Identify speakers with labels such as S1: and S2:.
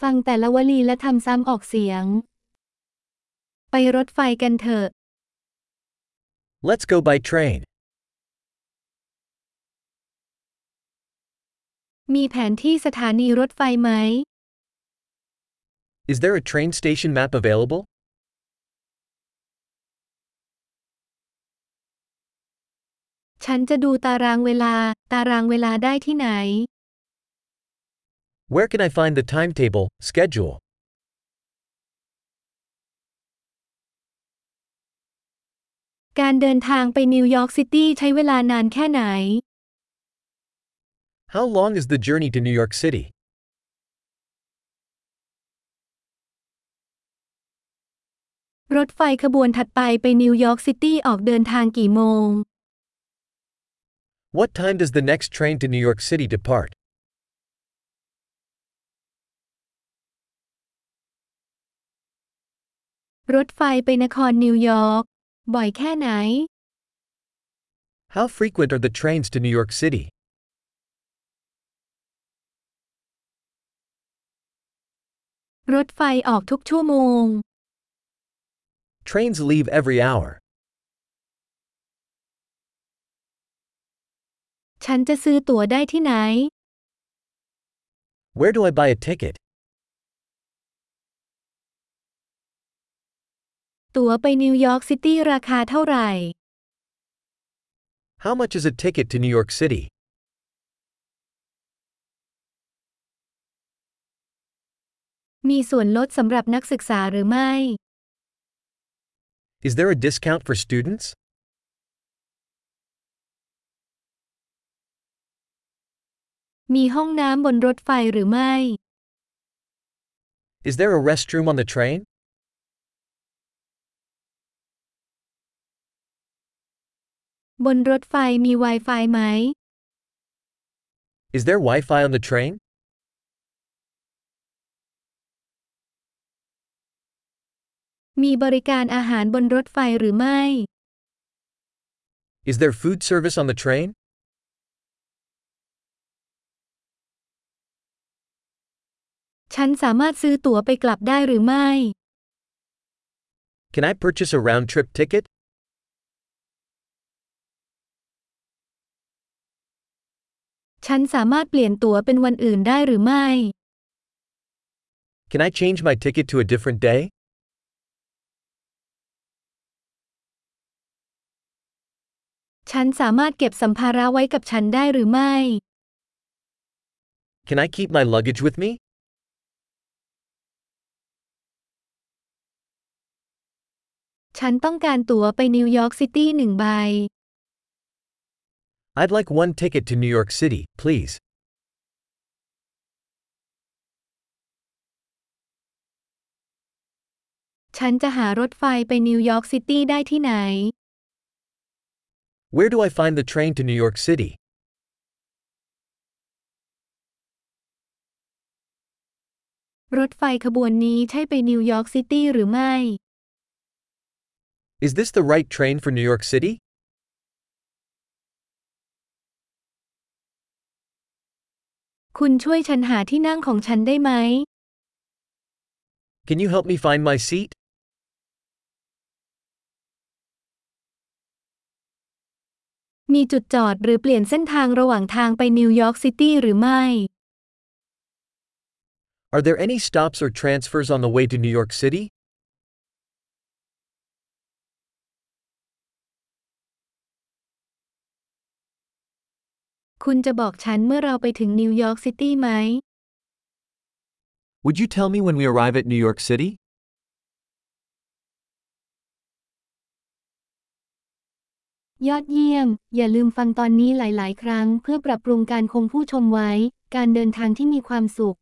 S1: ฟังแต่ละวลีและทำซ้ำออกเสียง ไปรถไฟกันเถอะ
S2: Let's go by train.
S1: มีแผนที่สถานีรถไฟไหม
S2: Is there a train station map available?
S1: ฉันจะดูตารางเวลา ตารางเวลาได้ที่ไหน
S2: Where can I find the timetable, schedule?
S1: การเดินทางไปนิวยอร์กซิตี้ใช้เวลานานแค่ไหน
S2: How long is the journey to New York City?
S1: รถไฟขบวนถัดไปไปนิวยอร์กซิตี้ออกเดินทางกี่โมง
S2: What time does the next train to New York City depart?
S1: รถไฟไปนครนิวยอร์ก บ่อยแค่ไหน
S2: How frequent are the trains to New York City?
S1: รถไฟออกทุกชั่วโมง
S2: Trains leave every hour.
S1: ฉันจะซื้อตั๋วได้ที่ไหน
S2: Where do I buy a ticket?
S1: ตั๋วไปนิวยอร์กซิตี้ราคาเท่าไหร่
S2: How much is a ticket to New York City?
S1: มีส่วนลดสำหรับนักศึกษาหรือไม่
S2: Is there a discount for students?
S1: มีห้องน้ำบนรถไฟหรือไม่
S2: Is there a restroom on the train?
S1: บนรถไฟมี Wi-Fi ไหม
S2: Is there Wi Fi on the train?
S1: มีบริการอาหารบนรถไฟหรือไม่
S2: Is there food service on the train?
S1: ฉันสามารถซื้อตั๋วไปกลับได้หรือไม่
S2: Can I purchase a round trip ticket?
S1: ฉันสามารถเปลี่ยนตั๋วเป็นวันอื่นได้หรือไม่
S2: Can I change my ticket to a different day?
S1: ฉันสามารถเก็บสัมภาระไว้กับฉันได้หรือไม่
S2: Can I keep my luggage with me?
S1: ฉันต้องการตั๋วไปนิวยอร์กซิตี้หนึ่งใบ
S2: I'd like one ticket to New York City, please.
S1: ฉันจะหารถไฟไปนิวยอร์กซิตี้ได้ที่ไหน
S2: Where do I find the train to New York City?
S1: รถไฟขบวนนี้ใช่ไปนิวยอร์กซิตี้หรือไม่
S2: Is this the right train for New York City?
S1: คุณช่วยฉันหาที่นั่งของฉันได้ไหม
S2: Can you help me find my seat?
S1: มีจุดจอดหรือเปลี่ยนเส้นทางระหว่างทางไปนิวยอร์กซิตี้หรือไม่
S2: Are there any stops or transfers on the way to New York City?
S1: คุณจะบอกฉันเมื่อเราไปถึงนิวยอร์กซิตี้ไหม
S2: Would you tell me when we arrive at New York City?
S1: ยอดเยี่ยม อย่าลืมฟังตอนนี้หลาย ๆ ครั้ง เพื่อปรับปรุงการคงผู้ชมไว้ การเดินทางที่มีความสุข